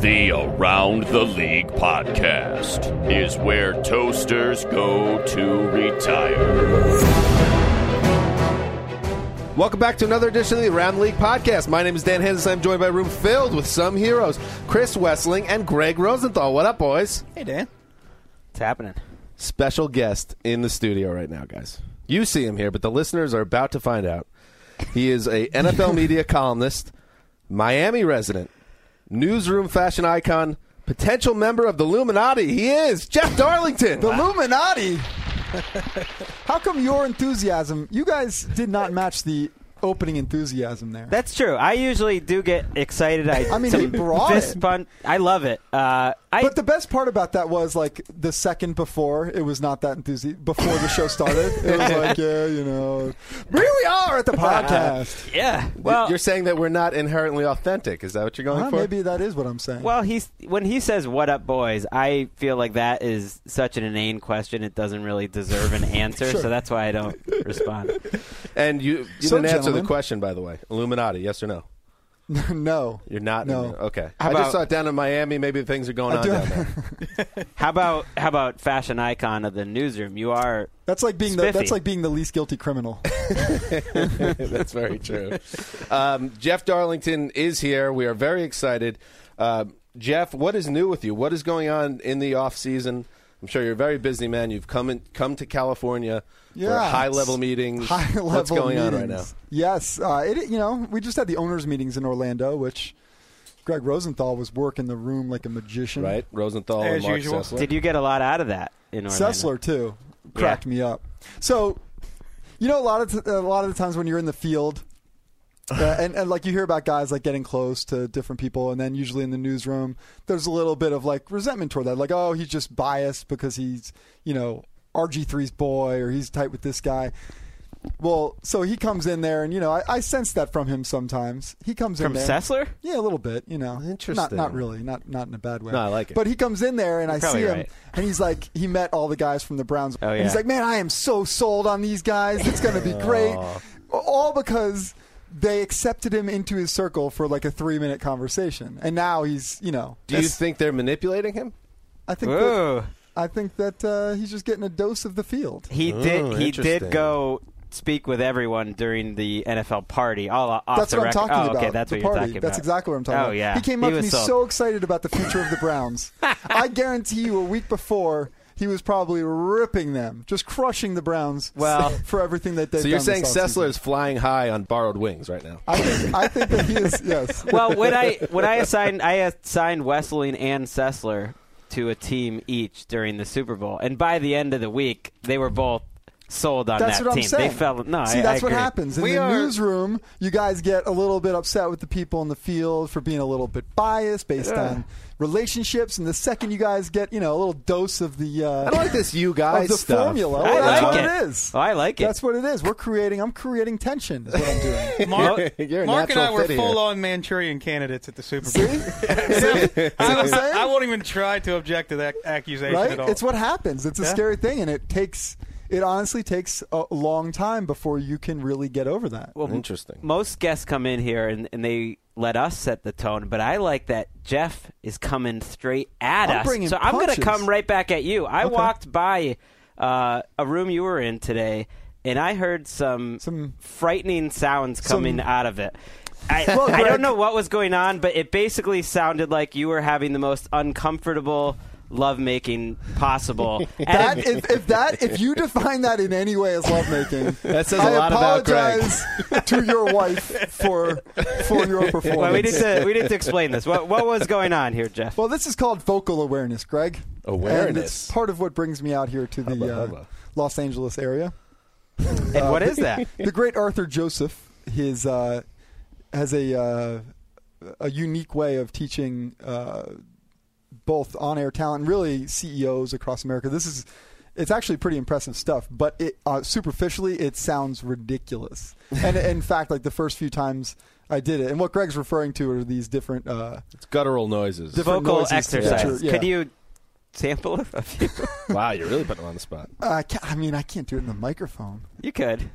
The Around the League podcast is where toasters go to retire. Welcome back to another edition of the Round League Podcast. My name is Dan Henderson. I'm joined by a room filled with some heroes, Chris Wessling and Greg Rosenthal. What up, boys? Hey, Dan. What's happening? Special guest in the studio right now, guys. You see him here, but the listeners are about to find out. He is a NFL media columnist, Miami resident, newsroom fashion icon, potential member of the Illuminati. He is Jeff Darlington. The Illuminati. How come your enthusiasm? You guys did not match the opening enthusiasm there. That's true. I usually do get excited. I, I mean, he brought fist it. Punt. I love it. Uh, I, but the best part about that was like the second before it was not that enthusiastic. Before the show started, it was like, yeah, you know, here we are at the podcast. yeah. Well, you're saying that we're not inherently authentic. Is that what you're going Huh, for? Uh, maybe that is what I'm saying. well, he's when he says "What up, boys," I feel like that is such an inane question. It doesn't really deserve an answer, so that's why I don't respond. And you, you So, didn't answer the gentlemen- question, by the way. Illuminati, yes or no? no, You're not. No. Okay. How I just about- saw it down in Miami. Maybe things are going I on do- down there. How about how about fashion icon of the newsroom? You are That's like being the, Spiffy. that's like being the least guilty criminal. That's very true. Um, Jeff Darlington is here. We are very excited. Uh, Jeff, what is new with you? What is going on in the off season? I'm sure you're a very busy man. You've come in, come to California for Yeah, high it's level meetings. High level What's going meetings. on right now? Yes, uh, it. You know, we just had the owners' meetings in Orlando, which Greg Rosenthal was working the room like a magician. Right, Rosenthal and As Mark usual. Sessler. did you get a lot out of that in Orlando? Sessler too cracked me up. So, you know, a lot of t- a lot of the times when you're in the field, uh, and, and like you hear about guys like getting close to different people, and then usually in the newsroom, there's a little bit of like resentment toward that, like oh he's just biased because he's you know RG3's boy or he's tight with this guy. Well, so he comes in there, and you know I, I sense that from him sometimes. He comes from in there. Sessler? Yeah, a little bit, you know. Not, Interesting. not really, not not in a bad way. No, I like it. But he comes in there and I see probably him, right. and he's like, he met all the guys from the Browns, Oh, and he's yeah. like, man, I am so sold on these guys. It's going to be great, all because they accepted him into his circle for like a three minute conversation, and now he's, you know, Do you that's- think they're manipulating him? I think that, Ooh. I think that uh, he's just getting a dose of the field. He Oh, did. He interesting. did go speak with everyone during the NFL party. All off That's the what I'm record. talking oh, about. Okay, that's the what party. you're talking That's about. exactly what I'm talking oh, about. yeah. He came up to was me sold. so excited about the future of the Browns. I guarantee you, a week before, he was probably ripping them, just crushing the Browns. Well- for everything that they've So you're done saying this Sessler offseason. is flying high on borrowed wings right now? I think, I think that he is. Yes. well, when I when I assigned I assigned Wesseling and Sessler to a team each during the Super Bowl, and by the end of the week, they were both sold on That's that what team. I'm saying. They fell. No, see, I, that's I what agree. happens in We the are- newsroom. You guys get a little bit upset with the people in the field for being a little bit biased based on relationships, and the second you guys get, you know, a little dose of the uh, I don't like this you guys of the stuff. formula, I well, that's like what it. it is. Oh, I like it. That's what it is. We're creating. I'm creating tension. Is what I'm doing. Mark, You're a Mark and I natural were fit here. full on Manchurian candidates at the Super Bowl. See? I, I'm saying? I won't even try to object to that accusation right? at all. It's what happens. It's a Yeah. scary thing, and it takes. It honestly takes a long time before you can really get over that. Well, m- Interesting. Most guests come in here and, and they let us set the tone, but I like that Jeff is coming straight at I'm us. bringing so I'm going to punches. come right back at you. I Okay. walked by uh, a room you were in today, and I heard some, Some- frightening sounds coming out of it. I, Well, I Greg- don't know what was going on, but it basically sounded like you were having the most uncomfortable lovemaking possible. And That if, if that if you define that in any way as lovemaking, That says a I lot about Greg. apologize to your wife for for your performance. well, we need to we need to explain this. What what was going on here, Jeff? Well, this is called vocal awareness, Greg. and Awareness. it's part of what brings me out here to the Hubba, uh, hubba. Los Angeles area. Uh, and what is that? the great Arthur Joseph his uh, has a uh, a unique way of teaching uh, both on air talent and really CEOs across America. This is it's actually pretty impressive stuff, but it uh, superficially it sounds ridiculous. and in fact, like the first few times I did it, and what Greg's referring to are these different uh, It's guttural noises. different vocal noises that exercise. you're- yeah. Could you sample a few? wow, you're really putting him on the spot. I, can't, I mean, I can't do it in the microphone, you could.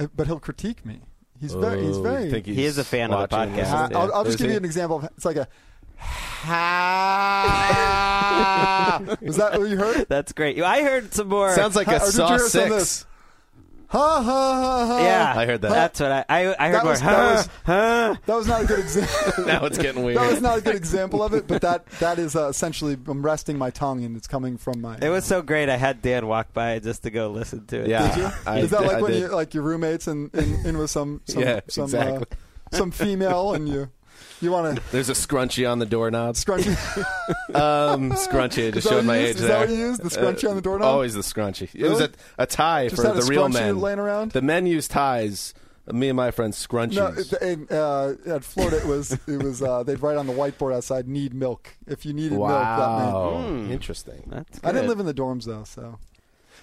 uh, but he'll critique me. He's very he's Oh, very you think He is a fan of the watching podcast. this? Uh, I'll, I'll just Is give he? you an example. Of, it's like a Ha! was that what you heard? That's great. I heard some more. Sounds like Or a uh, did you saw hear some of six. this? Ha ha ha ha. yeah, I heard that. Uh, That's what I I, I heard That more. was- huh, that was- huh. That was not a good example. Now it's getting weird. That was not a good example of it, but that that is uh, essentially I'm resting my tongue and it's coming from my. It was so great. I had Dan walk by just to go listen to it. Yeah. I- is that like I when did. you like your roommates and in, in with some some Yeah, some, exactly. uh, some female and you you want to There's a scrunchie on the doorknob. scrunch? Um, scrunchie. I just Is that showed what my you age used? Is there. Uh, that what you used? The scrunchie on the doorknob? Always the scrunchie. It was a, Really? a tie Just for had a the real scrunchie men. laying around? The men use ties. Me and my friends scrunchies. No, it- in, uh, at Florida it was it was uh, they'd write on the whiteboard outside "need milk" if you needed milk. That Hmm. meant wow, Mm. interesting. That's I didn't good. live in the dorms though, so.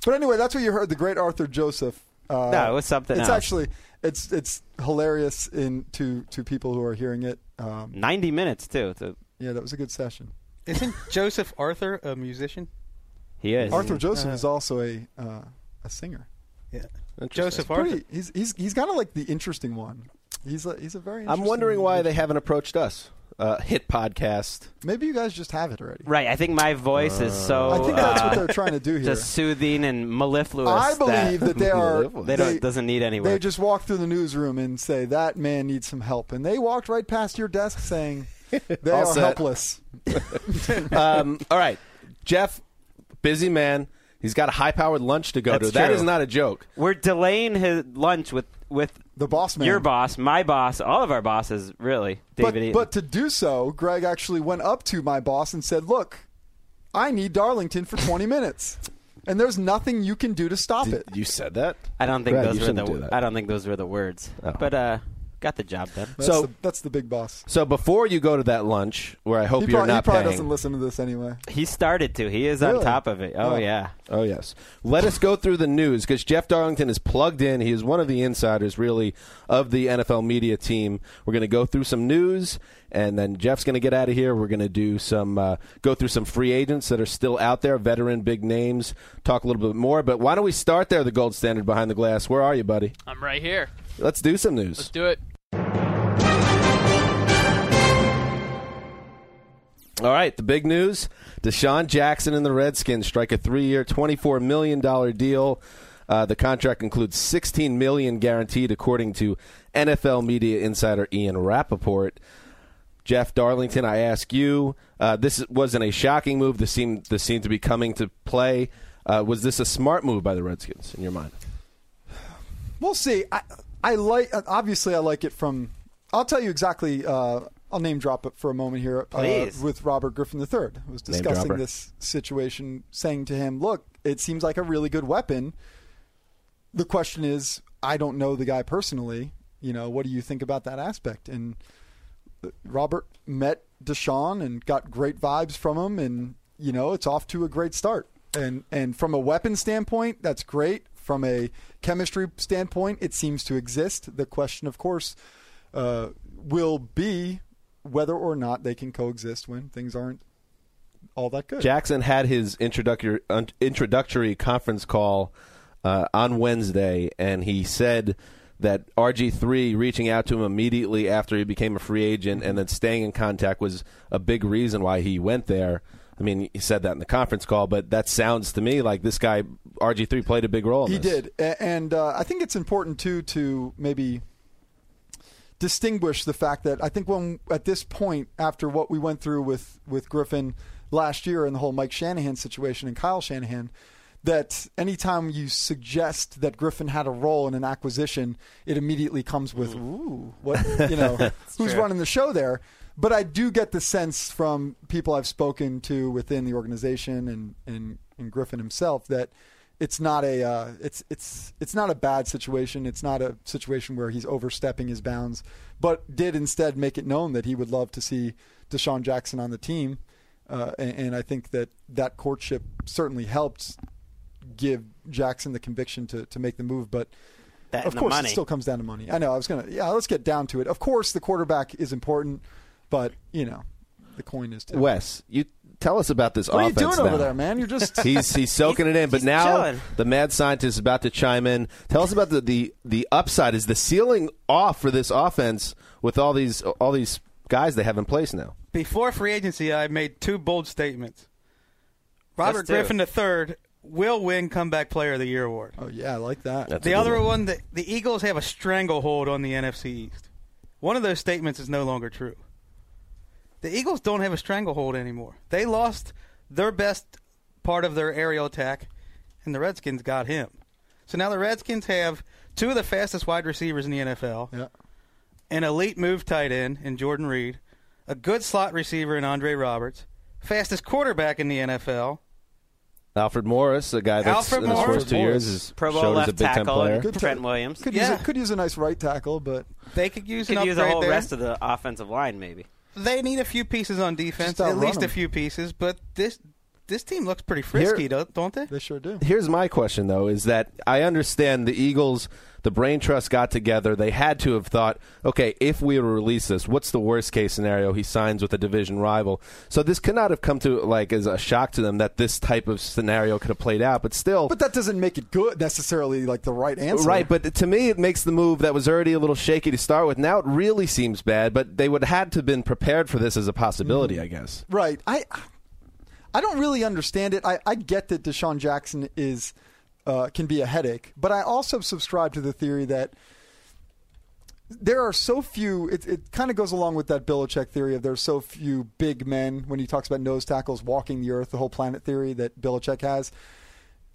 But anyway, that's what you heard. The great Arthur Joseph. Uh, No, it was something It's else. actually it's it's hilarious in to to people who are hearing it. Um, ninety minutes too. So yeah, that was a good session. Isn't Joseph Arthur a musician? he is Arthur Joseph is also a uh, a singer. Yeah. Interesting. Joseph Arthur. Pretty, he's he's he's kind of like the interesting one. He's a, he's a very. I'm interesting wondering why they individual. haven't approached us. Uh, hit podcast. Maybe you guys just have it already. Right. I think my voice is so. I think that's uh, what they're trying to do here. Just soothing and mellifluous. I believe that they are. they don't doesn't need anyone. They just walk through the newsroom and say that man needs some help, and they walked right past your desk saying they All are set. helpless. Um, all right, Jeff, busy man. He's got a high-powered lunch to go That's to. That true. is not a joke. We're delaying his lunch with with The boss man. your boss, my boss, all of our bosses, really. David E But, Eaton. but to do so, Greg actually went up to my boss and said, "Look, I need Darlington for 20 minutes, and there's nothing you can do to stop it." You said that. I don't think Brad, you those were shouldn't the. do that. I don't think those were the words. Oh. But uh, got the job done. That's so- the, that's the big boss. So before you go to that lunch, where I hope He you're probably, he not probably paying. doesn't listen to this anyway. He started to. He is on Really? top of it. Oh, Oh. yeah. Oh yes. Let us go through the news because Jeff Darlington is plugged in. He is one of the insiders, really, of the NFL media team. We're going to go through some news, and then Jeff's going to get out of here. We're going to do some uh, go through some free agents that are still out there, veteran big names. Talk a little bit more, but why don't we start there? The gold standard behind the glass. Where are you, buddy? I'm right here. Let's do some news. Let's do it. All right, the big news: Deshaun Jackson and the Redskins strike a three-year, twenty-four million dollar deal. Uh, the contract includes sixteen million guaranteed, according to NFL media insider Ian Rappaport. Jeff Darlington, I ask you: uh, This wasn't a shocking move. This seemed this seemed to be coming to play. Uh, was this a smart move by the Redskins in your mind? We'll see. I, I like. Obviously, I like it from. I'll tell you exactly. Uh, I'll name drop it for a moment here. Please. Uh, with Robert Griffin III, who was Name discussing dropper. this situation, saying to him, "Look, it seems like a really good weapon the question is, I don't know the guy personally. You know, what do you think about that aspect? And Robert met Deshaun and got great vibes from him, and you know, it's off to a great start. And and from a weapon standpoint, that's great. From a chemistry standpoint, it seems to exist. The question, of course, uh, will be whether or not they can coexist when things aren't all that good. Jackson had his introductory un- introductory conference call uh, on Wednesday, and he said that RG three reaching out to him immediately after he became a free agent and then staying in contact was a big reason why he went there. I mean, he said that in the conference call, but that sounds to me like this guy RG three played a big role. In He this. did, A- and uh, I think it's important too to maybe distinguish the fact that I think when at this point, after what we went through with with Griffin last year and the whole Mike Shanahan situation and Kyle Shanahan, that anytime you suggest that Griffin had a role in an acquisition, it immediately comes with ooh, what you know, who's running the show there. But I do get the sense from people I've spoken to within the organization and and, and Griffin himself that it's not a uh, it's it's it's not a bad situation. It's not a situation where he's overstepping his bounds, but did instead make it known that he would love to see Deshaun Jackson on the team, uh, and, and I think that that courtship certainly helped give Jackson the conviction to to make the move. But That of and the course, money. it still comes down to money. I know. I was gonna yeah. Let's get down to it. Of course, the quarterback is important, but you know, the coin is too. Wes, you tell us about this what are you offense. doing now. over there, man? You're just He's he's soaking it in, but he's now chilling. the mad scientist is about to chime in. Tell us about the, the the upside. Is the ceiling off for this offense with all these all these guys they have in place now? Before free agency, I made two bold statements. Robert Let's do it. Griffin III will win Comeback Player of the Year award. oh yeah, I like that. That's the a good other one, the, the Eagles have a stranglehold on the NFC East. One of those statements is no longer true. The Eagles don't have a stranglehold anymore. They lost their best part of their aerial attack, and the Redskins got him. So now the Redskins have two of the fastest wide receivers in the NFL, Yeah. an elite move tight end in Jordan Reed, a good slot receiver in Andre Roberts, fastest quarterback in the NFL, Alfred Morris, a guy that's Alfred in his Morris. first two years is Pro Bowl showed as a left big time tackle player. and Good Trent pick. Williams. Could Yeah. use a, could use a nice right tackle, but They could use an Could use the upgrade whole there. rest of the offensive line, maybe. they need a few pieces on defense, Just outrun at least them. a few pieces. But this this team looks pretty frisky, do don't they? they sure do. Here's my question though: Is that I understand the Eagles, the brain trust got together. They had to have thought, okay, if we were to release this, what's the worst case scenario? He signs with a division rival. So this could not have come to like as a shock to them that this type of scenario could have played out. But still, But that doesn't make it good necessarily, like the right answer. Right, but to me, it makes the move that was already a little shaky to start with. Now it really seems bad, but they would have had to have been prepared for this as a Mm. possibility, I guess. right. I I don't really understand it. I, I get that Deshaun Jackson is uh, can be a headache, but I also subscribe to the theory that there are so few. It, it kind of goes along with that Belichick theory of there's so few big men when he talks about nose tackles walking the earth, the whole planet theory that Belichick has.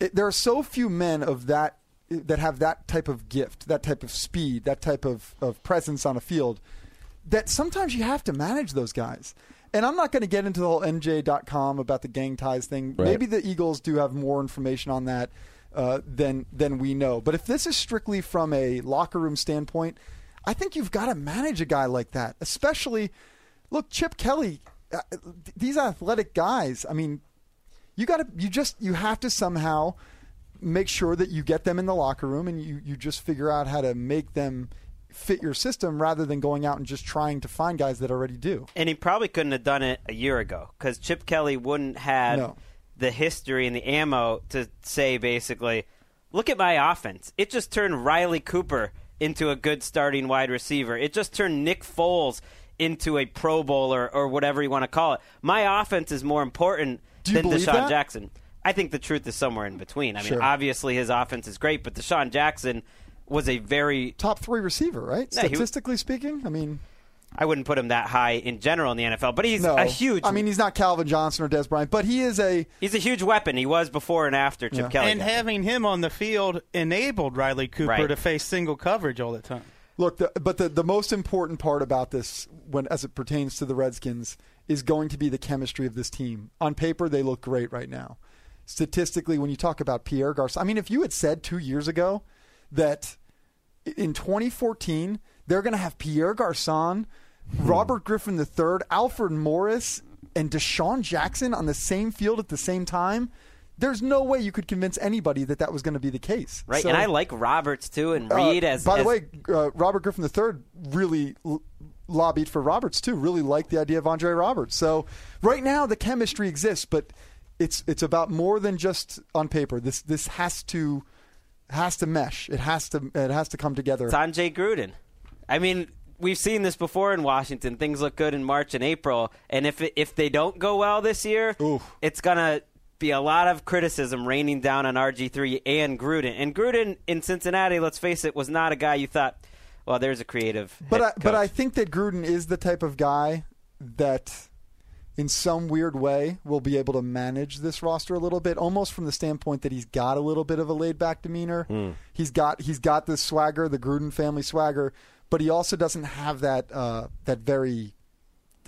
It, there are so few men of that that have that type of gift, that type of speed, that type of, of presence on a field that sometimes you have to manage those guys. And I'm not going to get into the whole NJ.com about the gang ties thing. Maybe the Eagles do have more information on that uh, than than we know. But if this is strictly from a locker room standpoint, I think you've got to manage a guy like that, especially. Look, Chip Kelly, uh, th- these athletic guys. I mean, you got to you just you have to somehow make sure that you get them in the locker room and you you just figure out how to make them fit your system rather than going out and just trying to find guys that already do. And he probably couldn't have done it a year ago because Chip Kelly wouldn't have No. the history and the ammo to say basically, look at my offense. It just turned Riley Cooper into a good starting wide receiver. It just turned Nick Foles into a Pro Bowler or whatever you want to call it. My offense is more important you than believe Deshaun that? Jackson. I think the truth is somewhere in between. I mean, Sure. obviously his offense is great, but Deshaun Jackson was a very Top 3 receiver, right? No, he- Statistically speaking, I mean, I wouldn't put him that high in general in the NFL, but he's no. a huge I mean, he's not Calvin Johnson or Des Bryant, but he is a He's a huge weapon. He was before and after Chip Yeah. Kelly. and got there. having him on the field enabled Riley Cooper Right. to face single coverage all the time. Look, the, but the, the most important part about this, when as it pertains to the Redskins, is going to be the chemistry of this team. On paper, they look great right now. Statistically, when you talk about Pierre Garcon, I mean, if you had said two years ago that in 2014 they're going to have Pierre Garcon, Hmm. Robert Griffin III, Alfred Morris, and Deshaun Jackson on the same field at the same time. There's no way you could convince anybody that that was going to be the case. Right, So- and I like Roberts too, and uh, Reed as by as- the way, uh, Robert Griffin III really l- lobbied for Roberts too. Really liked the idea of Andre Roberts. So right now the chemistry exists, but it's it's about more than just on paper. This this has to has to mesh. It has to it has to come together. Sanjay Gruden. I mean, we've seen this before in Washington. Things look good in March and April, and if it, if they don't go well this year, it's gonna be a lot of criticism raining down on RG3 and Gruden. And Gruden in Cincinnati, let's face it, was not a guy you thought. Well, there's a creative. But head I, but I coach." think that Gruden is the type of guy that, in some weird way, will be able to manage this roster a little bit, almost from the standpoint that he's got a little bit of a laid back demeanor. Hmm. He's got he's got this swagger, the Gruden family swagger, but he also doesn't have that uh, that very.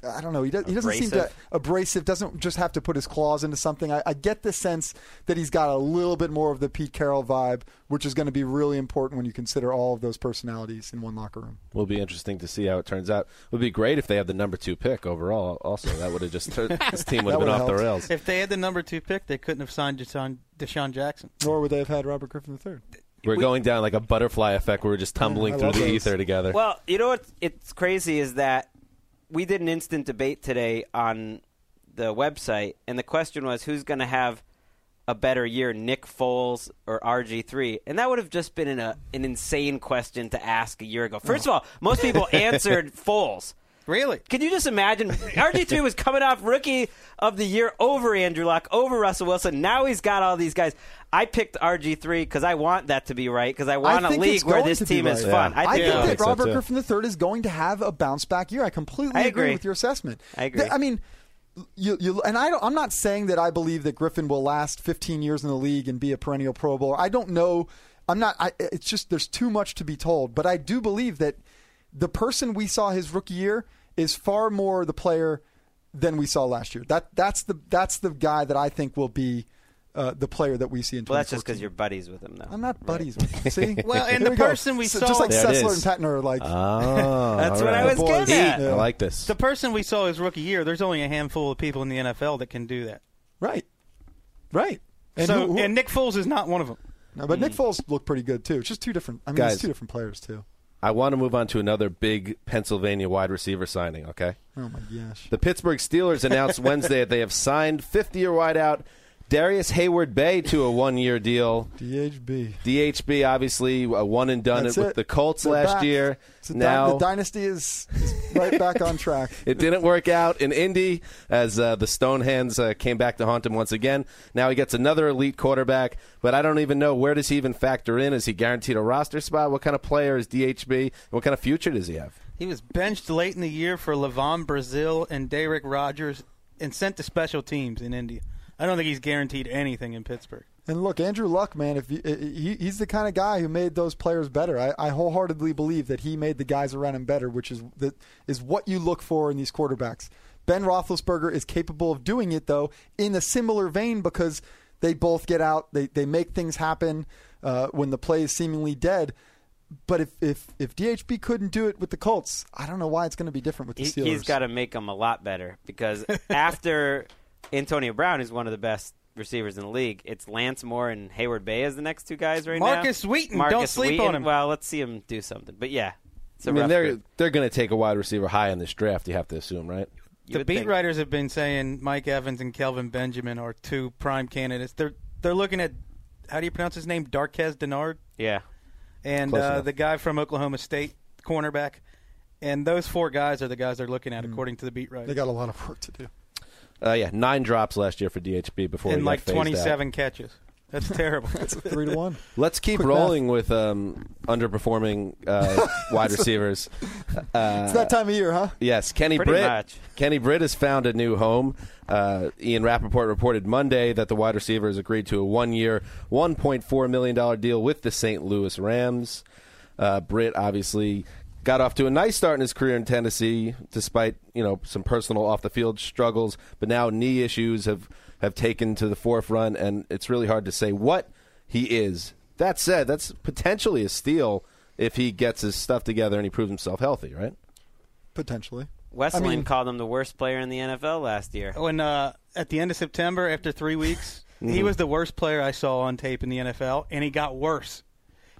I don't know. He, does, he doesn't seem to Abrasive? abrasive. Doesn't just have to put his claws into something. I, I get the sense that he's got a little bit more of the Pete Carroll vibe, which is going to be really important when you consider all of those personalities in one locker room. Will be interesting to see how it turns out. Would be great if they have the number two pick overall. Also, that would have just this team would have That been off would've the helped. rails. If they had the number two pick, they couldn't have signed Deshaun, Deshaun Jackson. Nor would they have had Robert Griffin III. We're going down like a butterfly effect. We're just tumbling I through love the those. ether together. Well, you know what? It's crazy is that we did an instant debate today on the website, and the question was who's going to have a better year, Nick Foles or RG3? And that would have just been an, a, an insane question to ask a year ago. First of all, most people answered Foles. Really? Can you just imagine? RG3 was coming off rookie of the year over Andrew Luck, over Russell Wilson. Now he's got all these guys. I picked RG3 because I want that to be right, because I want a think league it's where going this to be team is right. fun. I think Yeah. I that think so, Robert too. Griffin III is going to have a bounce back year. I completely I agree. agree. with your assessment. I agree. I mean, you, you and I don't, I'm not saying that I believe that Griffin will last 15 years in the league and be a perennial Pro Bowler. I don't know. I'm not. I, it's just there's too much to be told. But I do believe that the person we saw his rookie year is far more the player than we saw last year. That that's the that's the guy that I think will be uh, the player that we see in. Well, that's just 2014. because you're buddies with him, though. I'm not buddies with him. See, Well, and Here the go. person we So saw- just like There it Sessler is. and Patton are like, Oh, That's all what I right. was getting at. I like this. The person we saw his rookie year, there's only a handful of people in the NFL that can do that. right, right. And, so, who- who- and Nick Foles is not one of them. no, but Nick Foles looked pretty good too. It's just two different. I mean, Guys. it's two different players too. I want to move on to another big Pennsylvania wide receiver signing. Okay. Oh my gosh. The Pittsburgh Steelers announced Wednesday that they have signed 50-year wideout Darius Hayward Bay to a one-year deal. DHB. DHB obviously a one and done That's with it. the Colts They're last back. year. It's a dy- now the dynasty is is right back on track. it didn't work out in Indy as uh, the Stonehands uh, came back to haunt him once again. Now he gets another elite quarterback, but I don't even know where does he even factor in? Is he guaranteed a roster spot? What kind of player is DHB? And What kind of future does he have? He was benched late in the year for Levon Brazil and Derek Rogers and sent to special teams in India. I don't think he's guaranteed anything in Pittsburgh. And look, Andrew Luck, man, if you, he, he's the kind of guy who made those players better. I, I wholeheartedly believe that he made the guys around him better, which is that is what you look for in these quarterbacks. Ben Roethlisberger is capable of doing it though in a similar vein because they both get out, they they make things happen uh, when the play is seemingly dead. But if, if if DHB couldn't do it with the Colts, I don't know why it's going to be different with the he, Steelers. he's got to make them a lot better because after Antonio Brown is one of the best receivers in the league, it's Lance Moore and Hayward Bay as the next two guys right now. Marcus Wheaton, don't sleep on him. Well, let's see him do something. But yeah, it's a I mean, rough they're group. they're going to take a wide receiver high in this draft. You have to assume, right? You the would beat think. writers have been saying Mike Evans and Kelvin Benjamin are two prime candidates. They're they're looking at how do you pronounce his name? Darquez Denard Yeah, and Close uh, enough. the guy from Oklahoma State cornerback. And those four guys are the guys they're looking at, according to the beat writers. they got a lot of work to do. Uh, yeah, nine drops last year for DHB before and he like got phased out. 27 catches. That's terrible. Three to one. Let's keep Quick rolling with um, underperforming uh, wide receivers. it's that time of year, huh? Yes, Kenny Pretty Britt. much. Kenny Britt has found a new home. Uh, Ian Rappaport reported Monday that the wide receiver has agreed to a one-year, one point four million dollar deal with the St. Louis Rams. Uh, Britt obviously got off to a nice start in his career in Tennessee, despite you know some personal off the field struggles, but now knee issues have have taken to the forefront, and it's really hard to say what he is. That said, that's potentially a steal if he gets his stuff together and he proves himself healthy, right? potentially. Wesleyan I mean- called him the worst player in the NFL last year. When uh, at the end of September, after three weeks, he was the worst player I saw on tape in the NFL, and he got worse.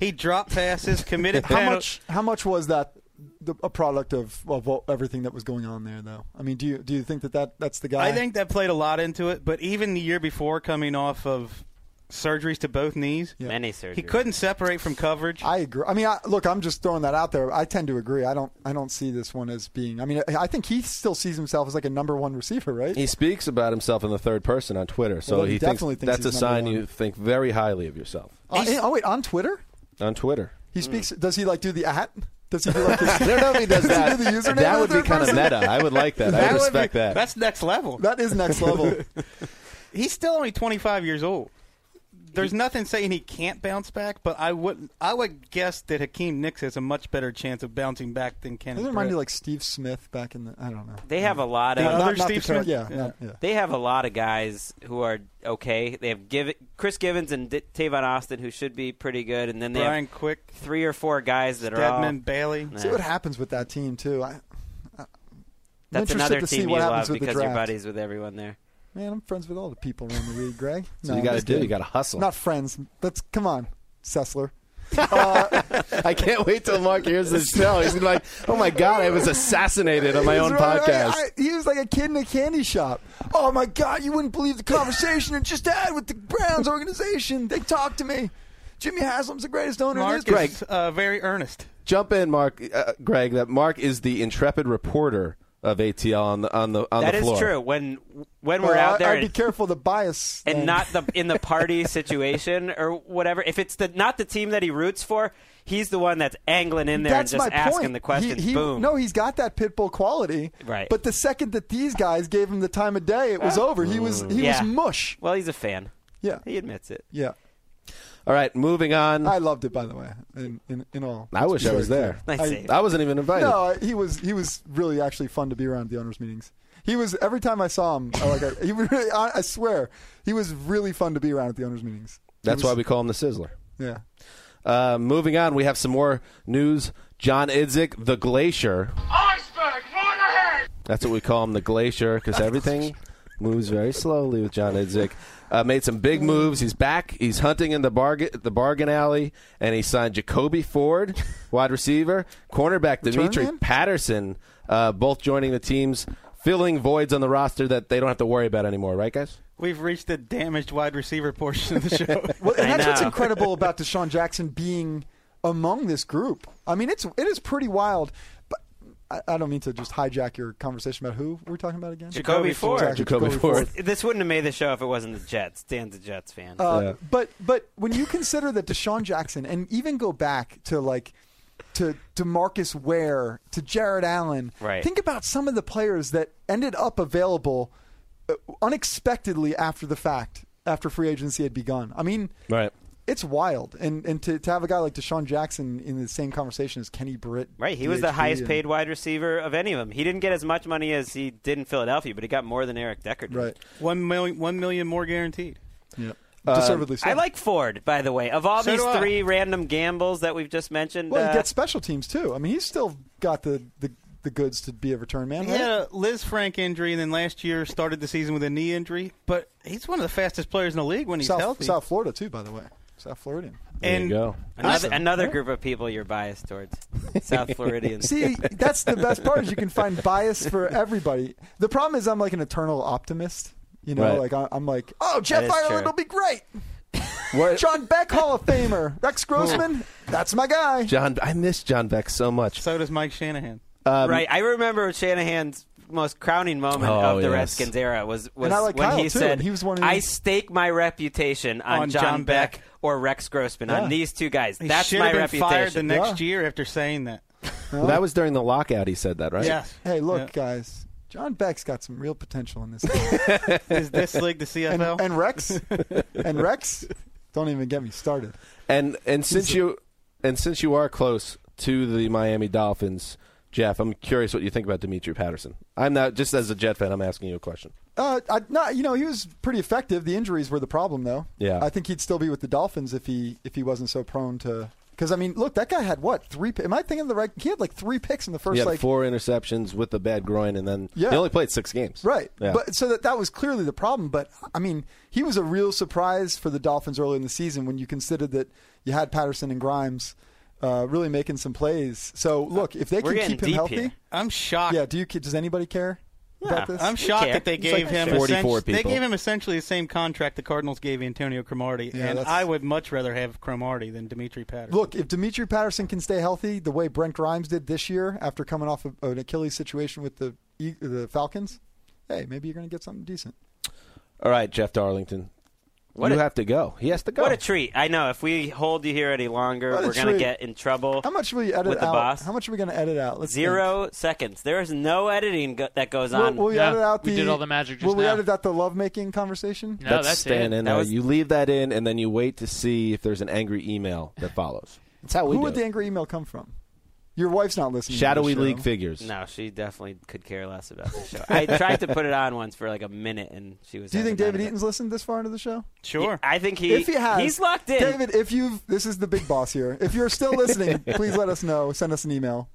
He dropped passes, committed How penalties. much? How much was that? The, a product of, of what, everything that was going on there, though. I mean, do you do you think that, that that's the guy? I think that played a lot into it, but even the year before, coming off of surgeries to both knees, Yeah. Many surgeries. he couldn't separate from coverage. I agree. I mean, I, look, I'm just throwing that out there. I tend to agree. I don't. I don't see this one as being. I mean, I, I think he still sees himself as like a number one receiver, right? He speaks about himself in the third person on Twitter, so Well, he he, thinks definitely thinks that's a he's number sign one. you think very highly of yourself Uh, and- oh wait, on Twitter, on Twitter. he speaks. Does he like do the at? Does he do like? I His, don't know if he does Does he that. do the username that in would the be third kind of person? meta. I would like that. I would would be- respect that. That's next level. that is next level. He's still only 25 years old. There's nothing saying he can't bounce back, but I would I would guess that Hakeem Nicks has a much better chance of bouncing back than Kenny. Doesn't it remind Britt. you like Steve Smith back in the? I don't know. They have a lot The of other Not- not the Steve current- Smith? Yeah, Yeah. not- yeah. They have a lot of guys who are okay. They have Giv Chris Givens and D- Tavon Austin, who should be pretty good, and then they Brian have Quick, three or four guys that are all. Deadman Bailey. Nah, See what happens with that team too. I, I- I'm that's interested another to see team you what love happens with the because you're draft. buddies with everyone there. Man, I'm friends with all the people around the league, Greg. So No, you I'm got to just do. You kidding. got to hustle. Not friends. That's come on, Sessler. I can't wait till Mark hears this show. He's gonna be like, "Oh my god, I was assassinated on my He's own right. podcast." I- I- he was like a kid in a candy shop. Oh my god, you wouldn't believe the conversation it just had with the Browns organization. They talked to me. Jimmy Haslam's the greatest owner in Mark history. is uh, very earnest. Jump in, Mark, uh, Greg. That Mark is the intrepid reporter of ATL on the on the on That the is floor. true. When when Well, we're out Oh, I- there I'd be and, careful the bias and thing. not the in the party situation or whatever, if it's the not the team that he roots for, he's the one that's angling in there That's and just my asking point. the questions. He, he, Boom. No, he's got that pit bull quality. Right. Ah. But the second that these guys gave him the time of day, it was over. He was he Yeah. was mush. Well, he's a fan. Yeah. He admits it. Yeah. All right, moving on. I loved it by the way. In in, in all. I wish I was there. Nice I- save. I wasn't even invited. No, I- he was he was really actually fun to be around at the owners meetings. He was every time I saw him, I, like I, he was really, I, I swear, he was really fun to be around at the owners meetings. He That's was- why we call him the Sizzler. Yeah. Uh, moving on, we have some more news. John Idzik, the Glacier. Iceberg, right ahead! That's what we call him, the Glacier, because everything moves very slowly with John Idzik. Uh, made some big moves. He's back. He's hunting in the bargain the bargain alley, and he signed Jacoby Ford, wide receiver, cornerback Dimitri man? Patterson, uh, both joining the teams, filling voids on the roster that they don't have to worry about anymore. Right, guys? We've reached the damaged wide receiver portion of the show. Well, and I that's what's know. incredible about Deshaun Jackson being among this group. I mean, it's it is pretty wild. But I, I don't mean to just hijack your conversation about who we're talking about again. Jacoby Ford. Exactly, Jacoby Ford. This wouldn't have made the show if it wasn't the Jets. Dan's a Jets fan. Uh, But but when you consider that Deshaun Jackson and even go back to like to Demarcus Ware to Jared Allen, Right. think about some of the players that ended up available uh, unexpectedly after the fact, after free agency had begun. I mean, Right. it's wild, and and to, to have a guy like Deshaun Jackson in the same conversation as Kenny Britt, right. He was the DHP, highest and- paid wide receiver of any of them. He didn't get as much money as he did in Philadelphia, but he got more than Eric Decker did. right? one million, one million more guaranteed. Yeah, deservedly so. I like Ford, by the way. Of all So these do I. three random gambles that we've just mentioned, Well, uh, he gets special teams too. I mean, he's still got the the, the goods to be a return man. He right? had a Liz Frank injury, and then last year started the season with a knee injury. But he's one of the fastest players in the league when he's South, healthy. South Florida too, by the way. South Floridian. There and you go. another, another group of people you're biased towards. South Floridians. See, that's the best part is you can find bias for everybody. The problem is I'm like an eternal optimist. You know, Right. like I- I'm like, oh, Jeff is Ireland true. will be great. What- John Beck, Hall of Famer. Rex Grossman, that's my guy. John, I miss John Beck so much. so does Mike Shanahan. um, right. I remember Shanahan's most crowning moment Oh, of the yes. Redskins era was, was And I like when Kyle, he too, said, and he was one of I these- stake my reputation on, On John, John Beck, Beck. or Rex Grossman, Yeah. on these two guys. He That's should my have been reputation. fired the next Yeah. year after saying that. Well, that was during the lockout. He said that, right? Yes. Hey, look, Yeah. guys. John Beck's got some real potential in this. game. Is this league the uh, CFL? and, and Rex, and Rex, don't even get me started. And and since you and since you are close to the Miami Dolphins, Jeff, I'm curious what you think about Demetri Patterson. I'm not just as a Jet fan. I'm asking you a question. Uh, I, not, you know, he was pretty effective. The injuries were the problem, though. Yeah. I think he'd still be with the Dolphins if he if he wasn't so prone to. Because I mean, look, that guy had what three? Am I thinking of the right? He had like three picks in the first He had like four interceptions with the bad groin, and then Yeah. he only played six games. Right. Yeah. But so that that was clearly the problem. But I mean, he was a real surprise for the Dolphins early in the season when you considered that you had Patterson and Grimes uh, really making some plays. So look, if they We're can getting keep him deep healthy, here. I'm shocked. yeah. Do you does anybody care about this? I'm shocked care. that they It's gave like him 44 essen- They people. gave him essentially the same contract the Cardinals gave Antonio Cromartie, Yeah, and that's- I would much rather have Cromartie than Dimitri Patterson. Look, if Demetri Patterson can stay healthy the way Brent Grimes did this year after coming off of an Achilles situation with the E- the Falcons, hey, maybe you're going to get something decent. All right, Jeff Darlington, you have to go. He has to go. What a treat! I know if we hold you here any longer, What a we're gonna treat. get in trouble. How much will you edit With the out? boss? How much are we going to edit out? Let's think. 0 seconds. There is no editing go- that goes Will, on. will we No, edit out the? we did all the magic just will we now. edit out the lovemaking conversation? No, that's, staying it. in That there. was- You leave that in, and then you wait to see if there's an angry email that follows. That's how we Who do would the it. angry email come from? Your wife's not listening. Shadowy to the league figures. no, she definitely could care less about this show. I tried to put it on once for like a minute, and she was. Do you think adamant David about it. Eaton's listened this far into the show? sure. I think he. if he has, he's locked in. David, if you've, this is the big boss here. If you're still listening, please let us know. Send us an email.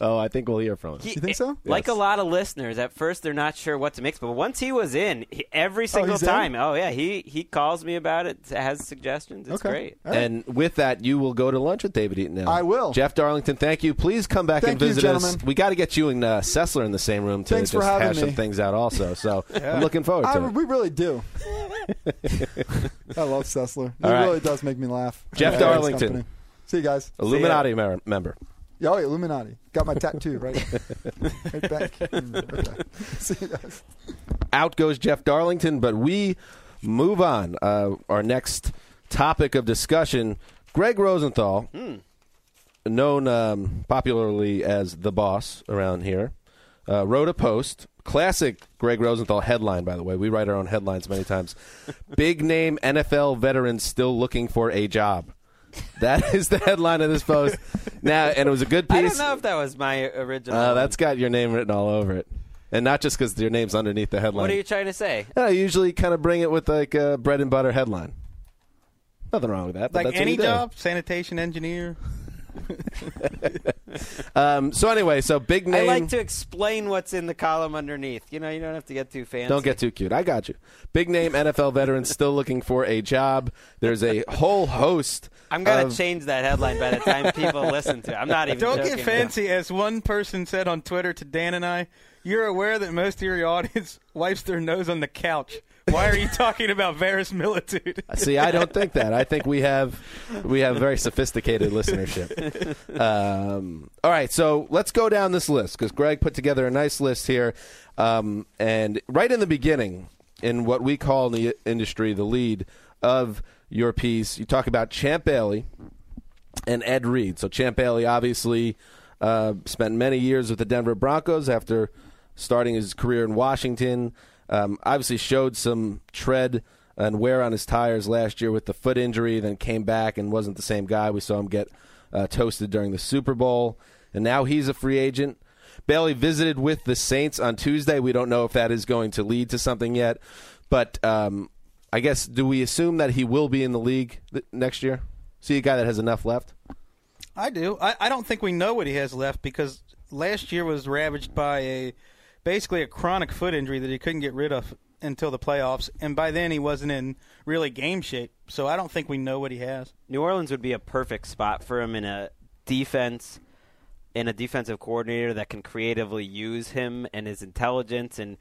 Oh, I think we'll hear from him. He- eh, You think so? Like Yes. a lot of listeners, at first they're not sure what to make, but once he was in, he, every single he's in? time, oh yeah, he he calls me about it, has suggestions. It's okay. great. All right. And with that, you will go to lunch with David Eaton now. I will. Jeff Darlington, thank you. Please come back Thank and you, visit us. gentlemen. We got to get you and uh, Sessler in the same room to Thanks for just having hash some me. things out also. So I'm looking forward to I, it. we really do. I love Sessler. He All right. really does make me laugh. Jeff I love his Darlington. company. See you guys. Illuminati mer- member. Yeah, oh, yeah, Illuminati. Got my tattoo right, right back. Mm, okay. See you guys. Out goes Jeff Darlington, but we move on. Uh, our next topic of discussion, Greg Rosenthal, known um, popularly as the boss around here, uh, wrote a post. Classic Greg Rosenthal headline, by the way. We write our own headlines many times. Big name NFL veterans still looking for a job. That is the headline of this post. Now, and it was a good piece. I don't know if that was my original. Uh, one. that's got your name written all over it, and not just because your name's underneath the headline. what are you trying to say? I usually kind of bring it with like a bread and butter headline. Nothing wrong with that. but like that's what any we do. job, sanitation engineer. Um, so anyway, so big name. I like to explain what's in the column underneath. You know, you don't have to get too fancy. Don't get too cute. I got you. Big name NFL veteran still looking for a job. There's a whole host. I'm gonna of- change that headline by the time people listen to it. I'm not even. Don't joking. get fancy, as one person said on Twitter to Dan and I. You're aware that most of your audience wipes their nose on the couch. Why are you talking about verisimilitude? See, I don't think that. I think we have we have very sophisticated listenership. Um, all right, so let's go down this list because Greg put together a nice list here, um, and right in the beginning, in what we call in the industry the lead of your piece, you talk about Champ Bailey and Ed Reed. So Champ Bailey obviously uh, spent many years with the Denver Broncos after starting his career in Washington. Um, obviously showed some tread and wear on his tires last year with the foot injury, then came back and wasn't the same guy. We saw him get uh, toasted during the Super Bowl, and now he's a free agent. Bailey visited with the Saints on Tuesday. We don't know if that is going to lead to something yet, but um, I guess do we assume that he will be in the league th- next year? See a guy that has enough left. I do. I, I don't think we know what he has left because last year was ravaged by a basically a chronic foot injury that he couldn't get rid of until the playoffs, and by then he wasn't in really game shape. So I don't think we know what he has. New Orleans would be a perfect spot for him in a defense, in a defensive coordinator that can creatively use him and his intelligence, and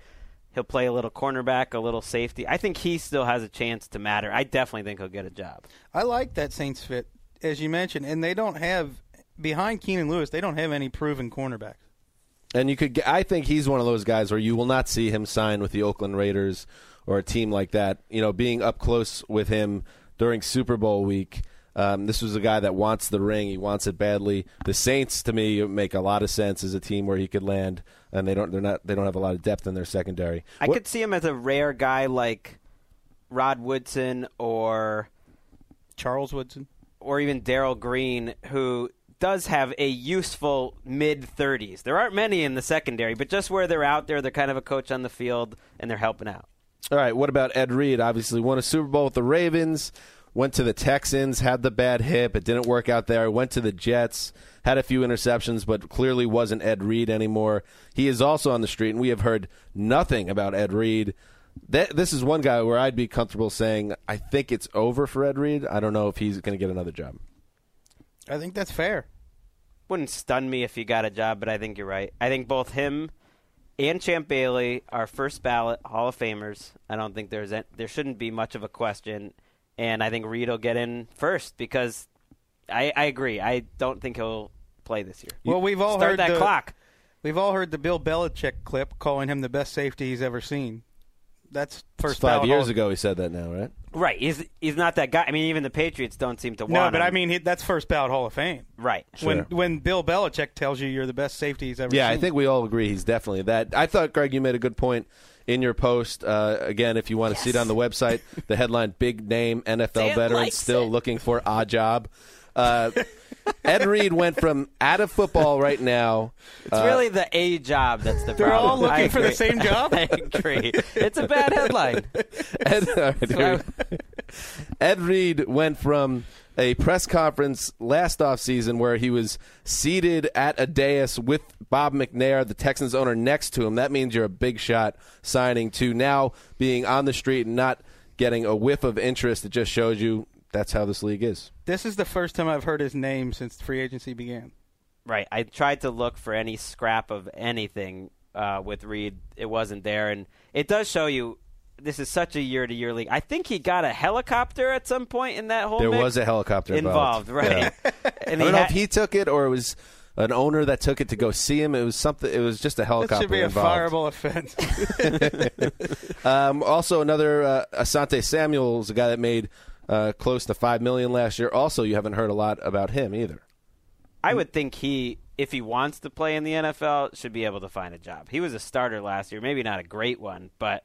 he'll play a little cornerback, a little safety. I think he still has a chance to matter. I definitely think he'll get a job. I like that Saints fit, as you mentioned, and they don't have behind Keenan Lewis. They don't have any proven cornerbacks. And you could, get, I think he's one of those guys where you will not see him sign with the Oakland Raiders or a team like that. You know, being up close with him during Super Bowl week. Um, this was a guy that wants the ring. He wants it badly. The Saints, to me, make a lot of sense as a team where he could land, and they don't. They're not. They don't have a lot of depth in their secondary. I What- could see him as a rare guy like Rod Woodson or Charles Woodson. or even Daryl Green, who does have a useful mid 30s. There aren't many in the secondary, but just where they're out there, they're kind of a coach on the field and they're helping out. All right, what about Ed Reed? Obviously, won a Super Bowl with the Ravens, went to the Texans, had the bad hip. It didn't work out there. Went to the Jets, had a few interceptions, but clearly wasn't Ed Reed anymore. He is also on the street, and we have heard nothing about Ed Reed. That, this is one guy where I'd be comfortable saying, I think it's over for Ed Reed. I don't know if he's going to get another job. I think that's fair. Wouldn't stun me if he got a job, but I think you're right. I think both him and Champ Bailey are first ballot Hall of Famers. I don't think there's an there shouldn't be much of a question, and I think Reed will get in first because I, I agree. I don't think he'll play this year. Well, we've all Start heard that the, clock. We've all heard the Bill Belichick clip calling him the best safety he's ever seen. That's first Five ballot years Hall- ago, he said that now, right? Right? He's he's not that guy. I mean, even the Patriots don't seem to want. No, but him. I mean uh, he, that's first ballot Hall of Fame. right? When when Bill Belichick tells you you're the best safety he's ever Yeah, seen. I think we all agree he's definitely that. I thought, Greg, you made a good point in your post. Uh, again, if you want to see it on the website, the headline Big Name NFL Veteran Still Looking for a Job. Uh, Ed Reed went from out of football right now. It's really the A job that's the They're all problem. I looking for the agree. same job? I agree. It's a bad headline. Ed, all right, here we- Ed Reed went from a press conference last offseason where he was seated at a dais with Bob McNair, the Texans owner, next to him. That means you're a big shot signing to now being on the street and not getting a whiff of interest. It just shows you that's how this league is. this is the first time I've heard his name since free agency began. Right. I tried to look for any scrap of anything uh, with Reed. It wasn't there, and it does show you this is such a year-to-year league. I think he got a helicopter at some point in that whole. There mix was a helicopter involved, involved, right? and I he don't know ha- if he took it or it was an owner that took it to go see him. It was something. It was just a helicopter. That should be a involved. fireable offense. Um, also, another uh, Asante Samuel's a guy that made uh, close to five million last year. Also, you haven't heard a lot about him either. I would think he, if he wants to play in the NFL, should be able to find a job. He was a starter last year, maybe not a great one, but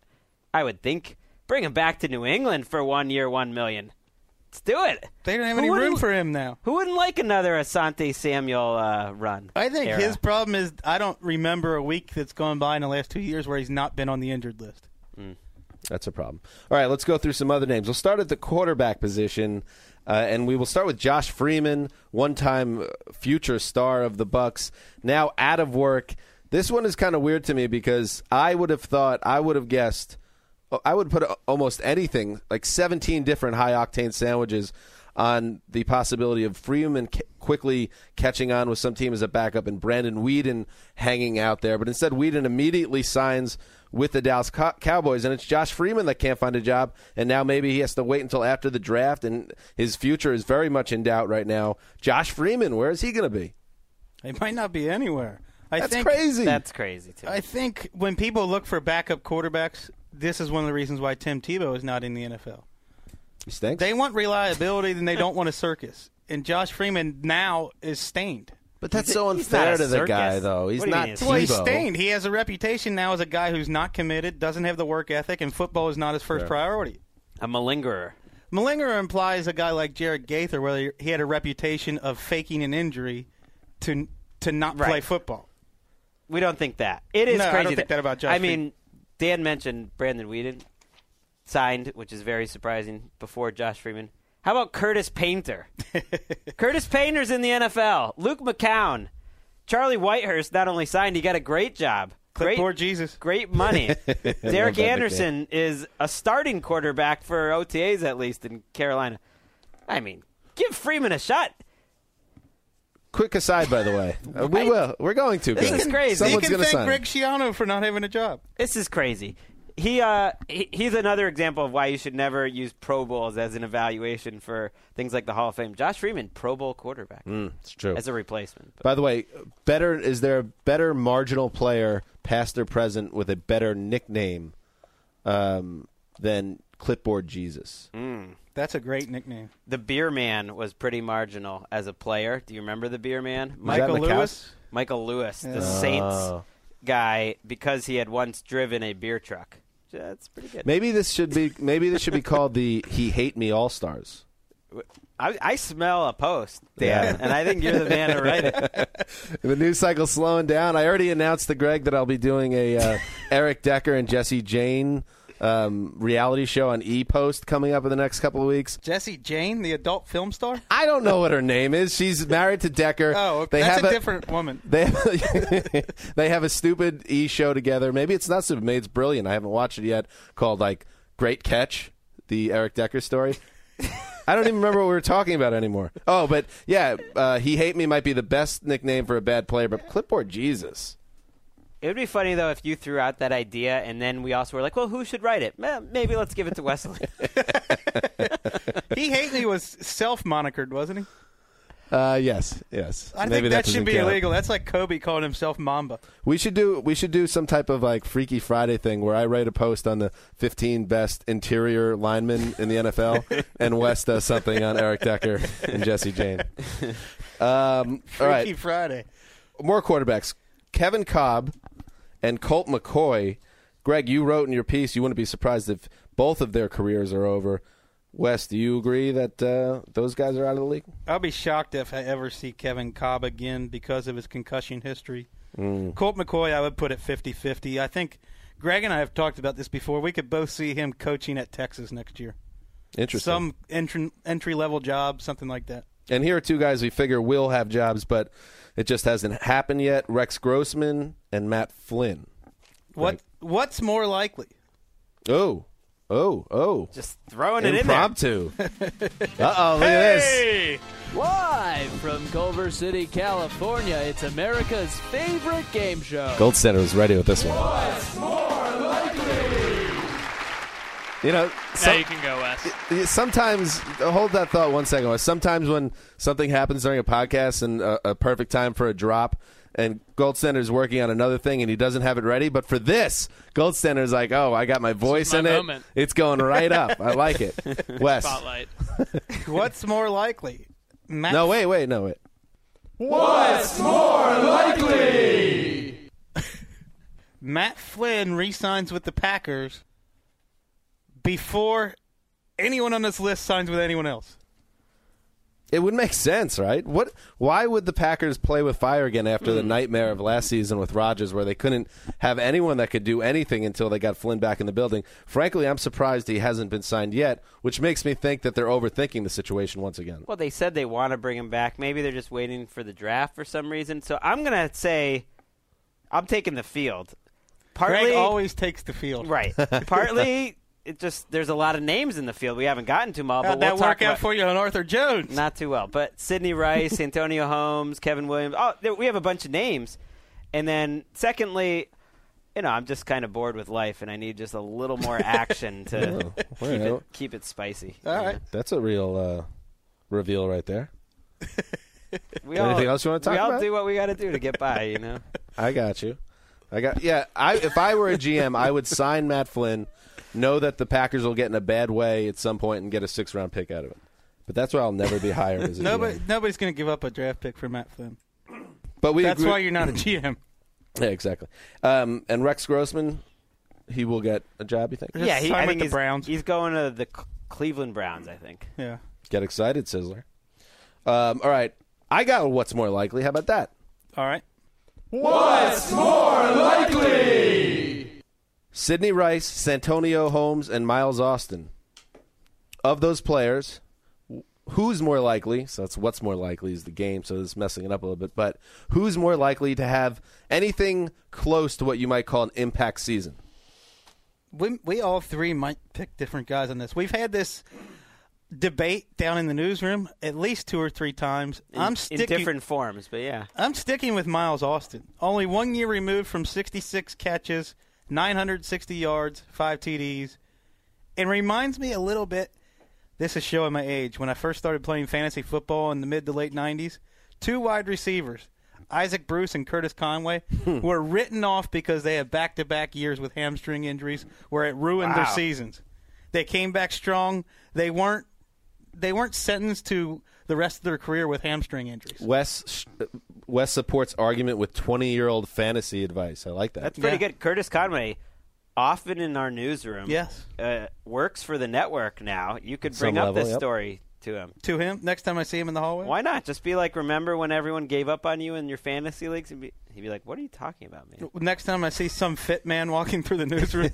I would think bring him back to New England for one year, one million. Let's do it. they don't have Who any room wouldn't- for him now. Who wouldn't like another Asante Samuel uh, run? I think era? his problem is I don't remember a week that's gone by in the last two years where he's not been on the injured list. That's a problem. All right, let's go through some other names. We'll start at the quarterback position, uh, and we will start with Josh Freeman, one-time future star of the Bucks, now out of work. This one is kind of weird to me because I would have thought, I would have guessed, oh, I would put almost anything, like 17 different high-octane sandwiches on the possibility of Freeman ca- quickly catching on with some team as a backup and Brandon Whedon hanging out there. But instead, Whedon immediately signs with the Dallas Co- Cowboys, and it's Josh Freeman that can't find a job. And now maybe he has to wait until after the draft, and his future is very much in doubt right now. Josh Freeman, where is he going to be? He might not be anywhere. I That's think crazy. That's crazy too. I think when people look for backup quarterbacks, this is one of the reasons why Tim Tebow is not in the NFL. He stinks. They want reliability, then they don't want a circus. And Josh Freeman now is stained. but that's so He's not unfair a to the circus. guy, though. He's What do you not mean he's- Tebow. Well, he's stained. He has a reputation now as a guy who's not committed, doesn't have the work ethic, and football is not his first priority. I'm a lingerer. Malingerer implies a guy like Jared Gaither, where he had a reputation of faking an injury to to not play Right. football. We don't think that. It is No, I crazy. don't think that about Josh I mean, Dan mentioned Brandon Whedon signed, which is very surprising before Josh Freeman. How about Curtis Painter? Curtis Painter's in the NFL. Luke McCown. Charlie Whitehurst not only signed, he got a great job. Great, Clipboard Jesus. great money. Derek nickname. Anderson is a starting quarterback for OTAs at least in Carolina. I mean, give Freeman a shot. Quick aside, by the way, Uh, we Right? will. We're going to. This Greg. is crazy. He Someone's can going to thank sign. Greg him. Schiano for not having a job. This is crazy. He, uh, he he's another example of why you should never use Pro Bowls as an evaluation for things like the Hall of Fame. Josh Freeman, Pro Bowl quarterback, It's true. as a replacement. But By the way, better is there a better marginal player, past or present, with a better nickname um, than Clipboard Jesus? That's a great nickname. the Beer Man was pretty marginal as a player. Do you remember the Beer Man? Was that Michael in the Oh. Lewis? Cavs? Michael Lewis, the Saints guy, because he had once driven a beer truck. That's pretty good. Maybe this should be maybe this should be called the He Hate Me All Stars. I, I smell a post, Dan, and I think you're the man to write it. The news cycle's slowing down. I already announced to Greg that I'll be doing a uh, Eric Decker and Jesse Jane um, reality show on E Post coming up in the next couple of weeks. Jesse Jane, the adult film star. I don't know what her name is. She's married to Decker. Oh, okay. They that's have a, different woman. They have, they have a stupid E show together. Maybe it's not stupid. Maybe it's brilliant. I haven't watched it yet. Called like Great Catch, the Eric Decker story. I don't even remember what we were talking about anymore. Oh, but yeah, uh, he hate me might be the best nickname for a bad player, but clipboard Jesus. It would be funny though if you threw out that idea, and then we also were like, "Well, who should write it? Eh, Maybe let's give it to Wesley." He hate me was self monikered, wasn't he? Uh, yes, yes. I Maybe think that, doesn't should be count. illegal. That's like Kobe calling himself Mamba. We should do we should do some type of like Freaky Friday thing where I write a post on the 15 best interior linemen in the NFL, and West does something on Eric Decker and Jesse Jane. Um, all right, Freaky Friday. more quarterbacks. Kevin Cobb and Colt McCoy. Greg, you wrote in your piece you wouldn't be surprised if both of their careers are over. Wes, do you agree that uh, those guys are out of the league? I'll be shocked if I ever see Kevin Cobb again because of his concussion history. Mm. Colt McCoy, I would put at 50 50. I think Greg and I have talked about this before. We could both see him coaching at Texas next year. Interesting. Some entry, entry level job, something like that. And here are two guys we figure will have jobs, but it just hasn't happened yet. Rex Grossman and Matt Flynn. What What's more likely? Oh, oh, oh. Just throwing it in there. Impromptu. uh oh, look at this. Live from Culver City, California, it's America's favorite game show. Gold Center was ready with this one. You know, Now some- you can go, Wes. Yeah, Sometimes hold that thought one second. Wes. Sometimes when something happens during a podcast and a, a perfect time for a drop, and Goldstender's working on another thing and he doesn't have it ready, but for this, Goldstender's like, "Oh, I got my voice my in it. moment. It's going right up. I like it." Wes, Spotlight. What's more likely? Matt no, wait, wait, no, wait. Matt Flynn re-signs with the Packers before anyone on this list signs with anyone else. It would make sense, right? What? Why would the Packers play with fire again after Hmm. the nightmare of last season with Rodgers, where they couldn't have anyone that could do anything until they got Flynn back in the building? Frankly, I'm surprised he hasn't been signed yet, which makes me think that they're overthinking the situation once again. Well, they said they want to bring him back. Maybe they're just waiting for the draft for some reason. So I'm gonna say, I'm taking the field. Partly, Greg always takes the field. right. Partly, it just there's a lot of names in the field we haven't gotten to them all. How'd But that we'll talk work out about, for you on Arthur Jones? Not too well, but Sidney Rice, Antonio Holmes, Kevin Williams. Oh, there, we have a bunch of names. And then, secondly, you know, I'm just kind of bored with life, and I need just a little more action to Well, keep, you know, it, keep it spicy. All right. that's a real uh, reveal right there. We Anything else you wanna talk we all about? do what we got to do to get by, you know. I got you. I got yeah. I if I were a GM, I would sign Matt Flynn, know that the Packers will get in a bad way at some point and get a six round pick out of it. But that's why I'll never be hired as a Nobody, GM. nobody's going to give up a draft pick for Matt Flynn. But we That's agree- why you're not a GM. Yeah, exactly. Um, and Rex Grossman, he will get a job. You think? Just yeah, he, sign I with think the he's, Browns. he's going to the C- Cleveland Browns, I think. Yeah. Get excited, Sizzler. Um, all right, I got what's more likely. How about that? All right. Sidney Rice, Santonio Holmes, and Miles Austin. Of those players, who's more likely? So that's what's more likely is the game. So it's messing it up a little bit. But who's more likely to have anything close to what you might call an impact season? We, we all three might pick different guys on this. We've had this debate down in the newsroom at least two or three times. I'm in sticking different forms, but yeah. I'm sticking with Miles Austin. Only one year removed from 66 catches, 960 yards, five TDs, and reminds me a little bit. This is showing my age. When I first started playing fantasy football in the mid to late 90s, two wide receivers, Isaac Bruce and Curtis Conway, were written off because they had back to back years with hamstring injuries where it ruined their seasons. They came back strong. They weren't. They weren't sentenced to the rest of their career with hamstring injuries. Wes Wes supports argument with twenty year old fantasy advice. I like that. That's pretty Yeah. good. Curtis Conway, often in our newsroom, Yes. uh, works for the network now. You could bring Some up level, this yep. story to him. to him next time I see him in the hallway. Why not? Just be like, remember when everyone gave up on you in your fantasy leagues? And be, he'd be like, what are you talking about, man? Next time I see some fit man walking through the newsroom,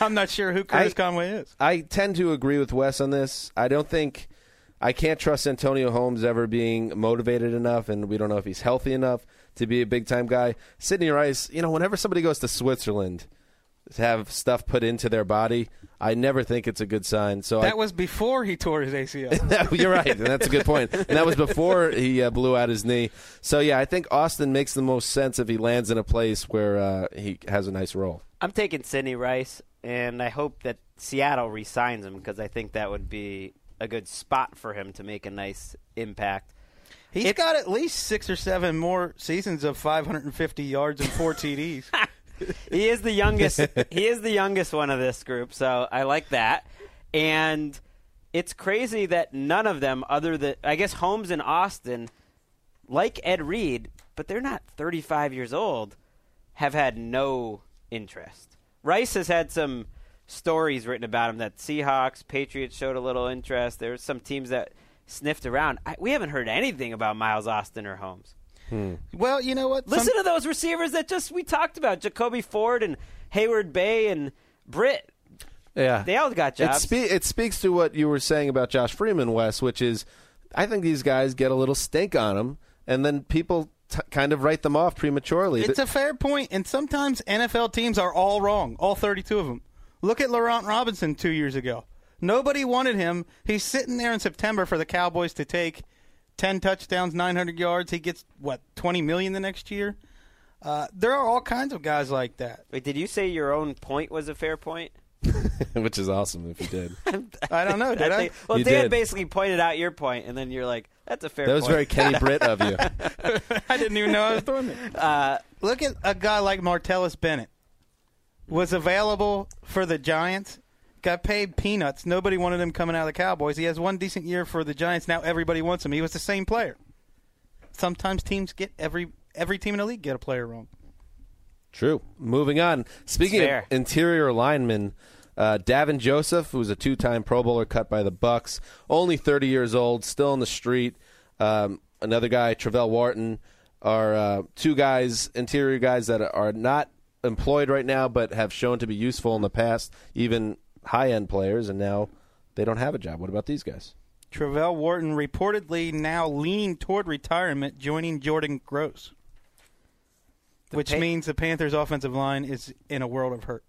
I'm not sure who Curtis I- Conway is. I tend to agree with Wes on this. I don't think I can't trust Antonio Holmes ever being motivated enough, and we don't know if he's healthy enough to be a big time guy. Sidney Rice, you know, whenever somebody goes to Switzerland to have stuff put into their body, I never think it's a good sign. So I, That was before he tore his ACL. You're right, and that's a good point. And that was before he uh, blew out his knee. So yeah, I think Austin makes the most sense if he lands in a place where uh, he has a nice role. I'm taking Sidney Rice, and I hope that Seattle re-signs him because I think that would be a good spot for him to make a nice impact. He's got at least six or seven more seasons of 550 yards and four TDs. He is the youngest. he is the youngest one of this group, so I like that. And it's crazy that none of them, other than I guess Holmes and Austin, like Ed Reed, but they're not 35 years old, have had no interest. Rice has had some stories written about him that Seahawks, Patriots showed a little interest. There's some teams that sniffed around. I, we haven't heard anything about Miles Austin or Holmes. well, you know what? Some- Listen to those receivers that just we talked about: Jacoby Ford and Hayward Bay and Britt. Yeah, They all got It, jobs. spe- it speaks to what you were saying about Josh Freeman, Wes, which is I think these guys get a little stink on them, and then people t- kind of write them off prematurely. It's a fair point, and sometimes NFL teams are all wrong, all 32 of them. Look at Laurent Robinson two years ago. Nobody wanted him. He's sitting there in September for the Cowboys to take 10 touchdowns, 900 yards. He gets, what, 20 million the next year? Uh, there are all kinds of guys like that. Wait, did you say your own point was a fair point? which is awesome if you did. I don't know, did I? think- well, You Dan did. basically pointed out your point, and then you're like, "That's a fair." that was point. very Kenny Britt of you. I didn't even know I was doing it. Uh, Look at a guy like Martellus Bennett. Was available for the Giants. Got paid peanuts. Nobody wanted him coming out of the Cowboys. He has one decent year for the Giants. Now everybody wants him. He was the same player. Sometimes teams get every every team in the league get a player wrong. True. Moving on. Speaking It's of fair. interior linemen, uh, Davin Joseph, who was a two-time Pro Bowler cut by the Bucks, only 30 years old, still in the street. Um, another guy, Travell Wharton, are uh, two guys, interior guys that are not employed right now, but have shown to be useful in the past, even high-end players, and now they don't have a job. What about these guys? Travell Wharton reportedly now leaning toward retirement, joining Jordan Gross. which Pa- means the Panthers offensive line is in a world of hurt.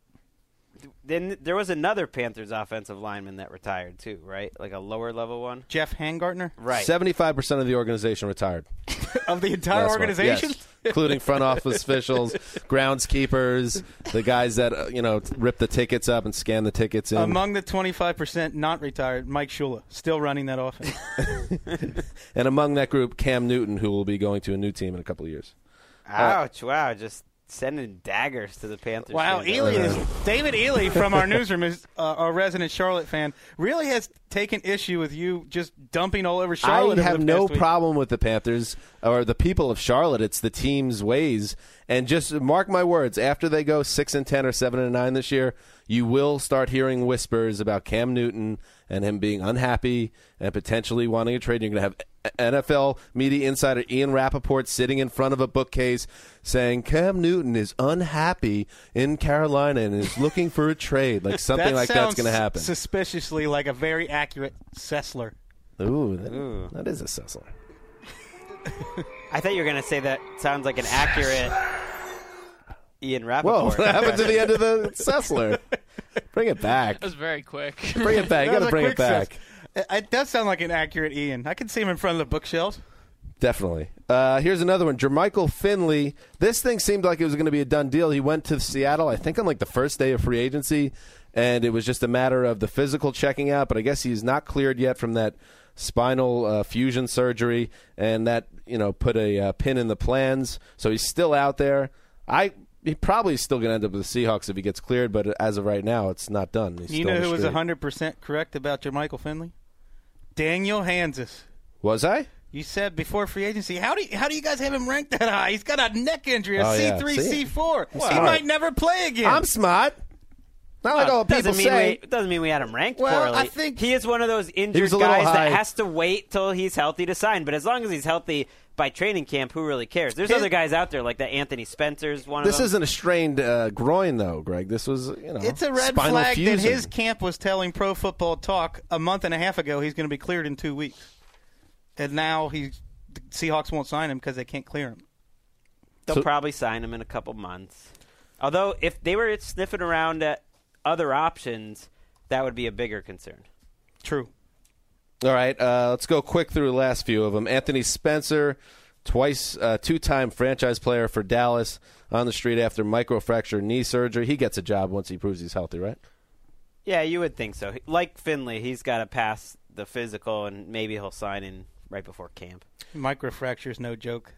Then there was another Panthers offensive lineman that retired too, right? Like a lower level one, Jeff Hangartner right? 75% of the organization retired. of the entire Last one. organization. Yes. including front office officials, groundskeepers, the guys that uh, you know rip the tickets up and scan the tickets in. Among the 25% not retired, Mike Shula, still running that offense. and among that group, Cam Newton, who will be going to a new team in a couple of years. Ouch! Wow, just sending daggers to the Panthers. wow, fans. Ely is, David Ely from our newsroom, is uh, our resident Charlotte fan, really has taken issue with you just dumping all over Charlotte. I over have the no past week. problem with the Panthers or the people of Charlotte. It's the team's ways, and just mark my words: after they go six and ten or seven and nine this year, you will start hearing whispers about Cam Newton and him being unhappy and potentially wanting a trade. You're going to have NFL media insider Ian Rappaport sitting in front of a bookcase saying Cam Newton is unhappy in Carolina and is looking for a trade. Like something That like that's sounds going to happen. Suspiciously, like a very accurate Sessler. Ooh, that- that is a Cecil. I thought you were gonna say that sounds like an accurate Ian Whoa, Rappaport. what happened to the end of the Sessler? Bring it back. That was very quick. Bring it back. You That got was to a bring it quick back. Sess- It- It does sound like an accurate Ian. I can see him in front of the bookshelves. Definitely. Uh, here's another one. Jermichael Finley. This thing seemed like it was going to be a done deal. He went to Seattle, I think, on like the first day of free agency, and it was just a matter of the physical checking out. But I guess he's not cleared yet from that spinal uh, fusion surgery, and that you know put a uh, pin in the plans. So he's still out there. I he probably is still going to end up with the Seahawks if he gets cleared, but as of right now, it's not done. He's You still know on the who was street. 100% correct about your Michael Finley? Daniel Hansis. Was I? You said before free agency, how do you, how do you guys have him ranked that high? He's got a neck injury, a Oh, yeah. C three, See? C four. He smart. might never play again. I'm smart. Not like Uh, all people doesn't mean say. we doesn't mean we had him ranked Well, poorly. I think- he is one of those He injured was a little guys high. that has to wait till he's healthy to sign. But as long as he's healthy by training camp, who really cares? There's His- other guys out there like that. Anthony Spencer's one This of them. isn't a strained uh, groin, though, Greg. This was, you know, It's a red spinal flag fusion. that his camp was telling Pro Football Talk a month and a half ago he's going to be cleared in two weeks, and now he the Seahawks won't sign him because they can't clear him. They'll So- probably sign him in a couple months. Although if they were sniffing around at other options, that would be a bigger concern. True. All right, uh, let's go quick through the last few of them. Anthony Spencer, twice uh, two-time franchise player for Dallas, on the street after microfracture knee surgery. He gets a job once he proves he's healthy, right? Yeah, you would think so. Like Finley, he's got to pass the physical, and maybe he'll sign in right before camp. Microfracture's no joke.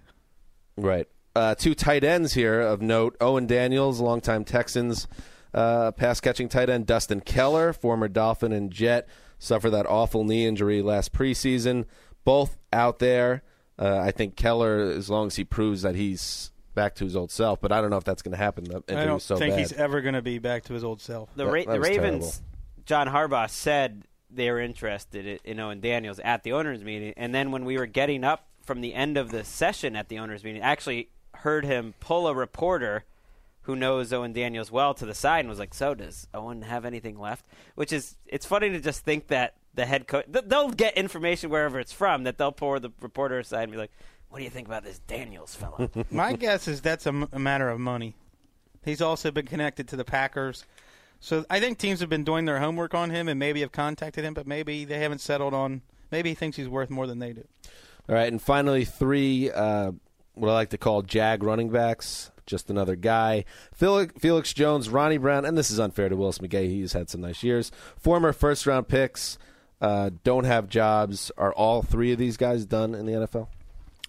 Right. Uh, two tight ends here of note: Owen Daniels, longtime Texans uh, pass-catching tight end; Dustin Keller, former Dolphin and Jet, suffered that awful knee injury last preseason. Both out there. Uh, I think Keller, as long as he proves that he's back to his old self, but I don't know if that's going to happen. The I injury don't was so think bad. he's ever going to be back to his old self. The, That- Ra- that the was Ravens, John Harbaugh said they were interested i- in Owen Daniels at the owners' meeting, and then when we were getting up from the end of the session at the owners' meeting, I actually heard him pull a reporter who knows Owen Daniels well to the side and was like, "So does Owen have anything left?" Which is, it's funny to just think that the head coach th- they'll get information wherever it's from that they'll pour the reporter aside and be like, "What do you think about this Daniels fella?" My guess is that's a, m- a matter of money. He's also been connected to the Packers. So I think teams have been doing their homework on him and maybe have contacted him, but maybe they haven't settled on. Maybe he thinks he's worth more than they do. All right, and finally three, uh, what I like to call jag running backs. Just another guy, Felix, Felix Jones, Ronnie Brown, and this is unfair to Willis McGay. He's had some nice years. Former first round picks uh, don't have jobs. Are all three of these guys done in the NFL?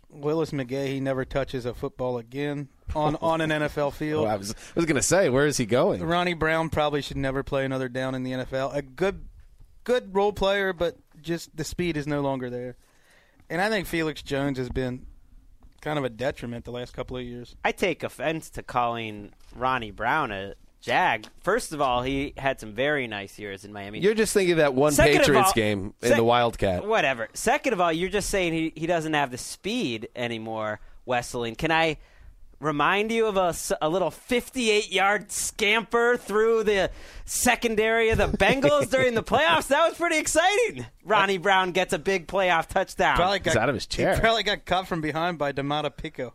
Willis McGay, he never touches a football again on, on an NFL Oh, field. I was, I was going to say, where is he going? Ronnie Brown probably should never play another down in the NFL. A good, good role player, but just the speed is no longer there. And I think Felix Jones has been kind of a detriment the last couple of years. I take offense to calling Ronnie Brown a jag. First of all, he had some very nice years in Miami. You're just thinking of that one Second of Patriots all- game in sec- the Wildcat. Whatever. Second of all, you're just saying he, he doesn't have the speed anymore, Wesseling. Can I remind you of a, s- a little 58 yard scamper through the secondary of the Bengals during the playoffs? That was pretty exciting. Ronnie Brown gets a big playoff touchdown. He's out of his chair. He probably got caught from behind by Damata Pico.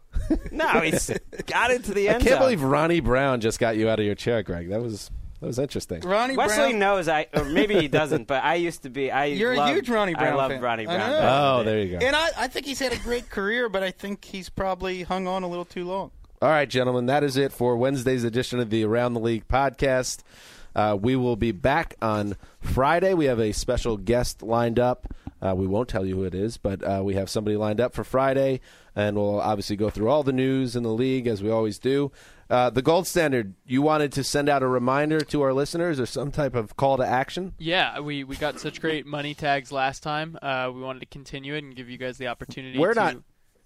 no, he's got into the I end can't zone. believe Ronnie Brown just got you out of your chair, Greg. That was that was interesting. Ronnie Wesley Brown. knows I, or maybe he doesn't, but I used to be. I You're a loved- huge Ronnie Brown I loved fan. Ronnie I Brown. know. back in the Oh, day. there you go. And I, I think he's had a great career, but I think he's probably hung on a little too long. All right, gentlemen, that is it for Wednesday's edition of the Around the League podcast. Uh, we will be back on Friday. We have a special guest lined up. Uh, we won't tell you who it is, but uh, we have somebody lined up for Friday, and we'll obviously go through all the news in the league as we always do. Uh, the gold standard. You wanted to send out a reminder to our listeners or some type of call to action. Yeah, we, we got such great money tags last time. Uh, we wanted to continue it and give you guys the opportunity. We're to, not.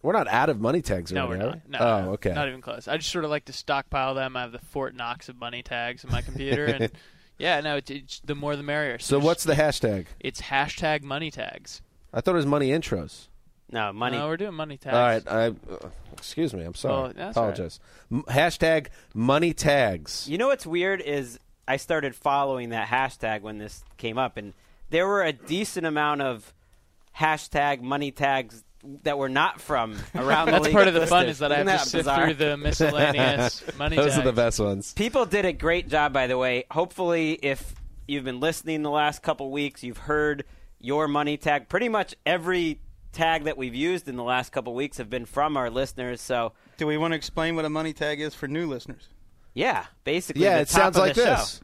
We're not out of money tags. No, right we're now, not. right? No, oh, no, okay. Not even close. I just sort of like to stockpile them. I have the Fort Knox of money tags in my computer, and yeah, no, it's, it's the more the merrier. so just- what's the hashtag? It's hashtag money tags. I thought it was money intros. No, money. No, we're doing money tags. All right, I uh, excuse me. I'm Well, sorry. that's all right. Apologize. M- hashtag money tags. You know what's weird is I started following that hashtag when this came up, and there were a decent amount of hashtag money tags that were not from around the That's league part of the listed. fun is that I have Isn't to sift bizarre? through the miscellaneous money Those tags. are the best ones. People did a great job, by the way. Hopefully, if you've been listening the last couple weeks, you've heard your money tag. Pretty much every tag that we've used in the last couple weeks have been from our listeners. So, Do we want to explain what a money tag is for new listeners? yeah, basically, Yeah, the it top sounds of like the show. this.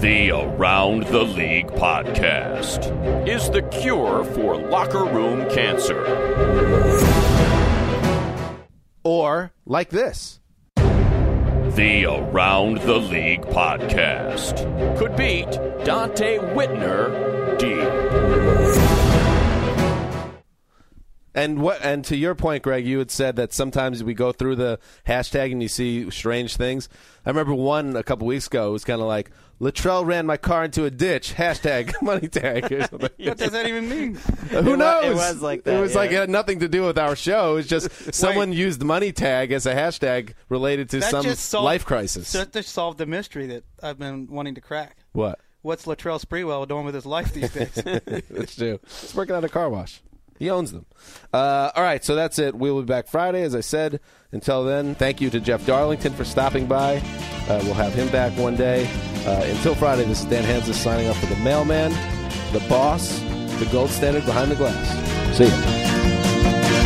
The Around the League podcast is the cure for locker room cancer. Or like this. The Around the League podcast could beat Dante Whitner deep. And what? And to your point, Greg, you had said that sometimes we go through the hashtag and you see strange things. I remember one a couple weeks ago. It was kind of like Latrell ran my car into a ditch. Hashtag money tag or something. What does that even mean? Who It wa- knows? it was like that, It was yeah. like it had nothing to do with our show. It's just someone used money tag as a hashtag related to That some just solved, life crisis. That just solved the mystery that I've been wanting to crack. what? What's Latrell Sprewell doing with his life these days? That's true. He's working at a car wash. He owns them. Uh, all right, so that's it. We'll be back Friday, as I said. Until then, thank you to Jeff Darlington for stopping by. Uh, we'll have him back one day. Uh, until Friday, this is Dan Hansis signing off for the mailman, the boss, the gold standard behind the glass. See you.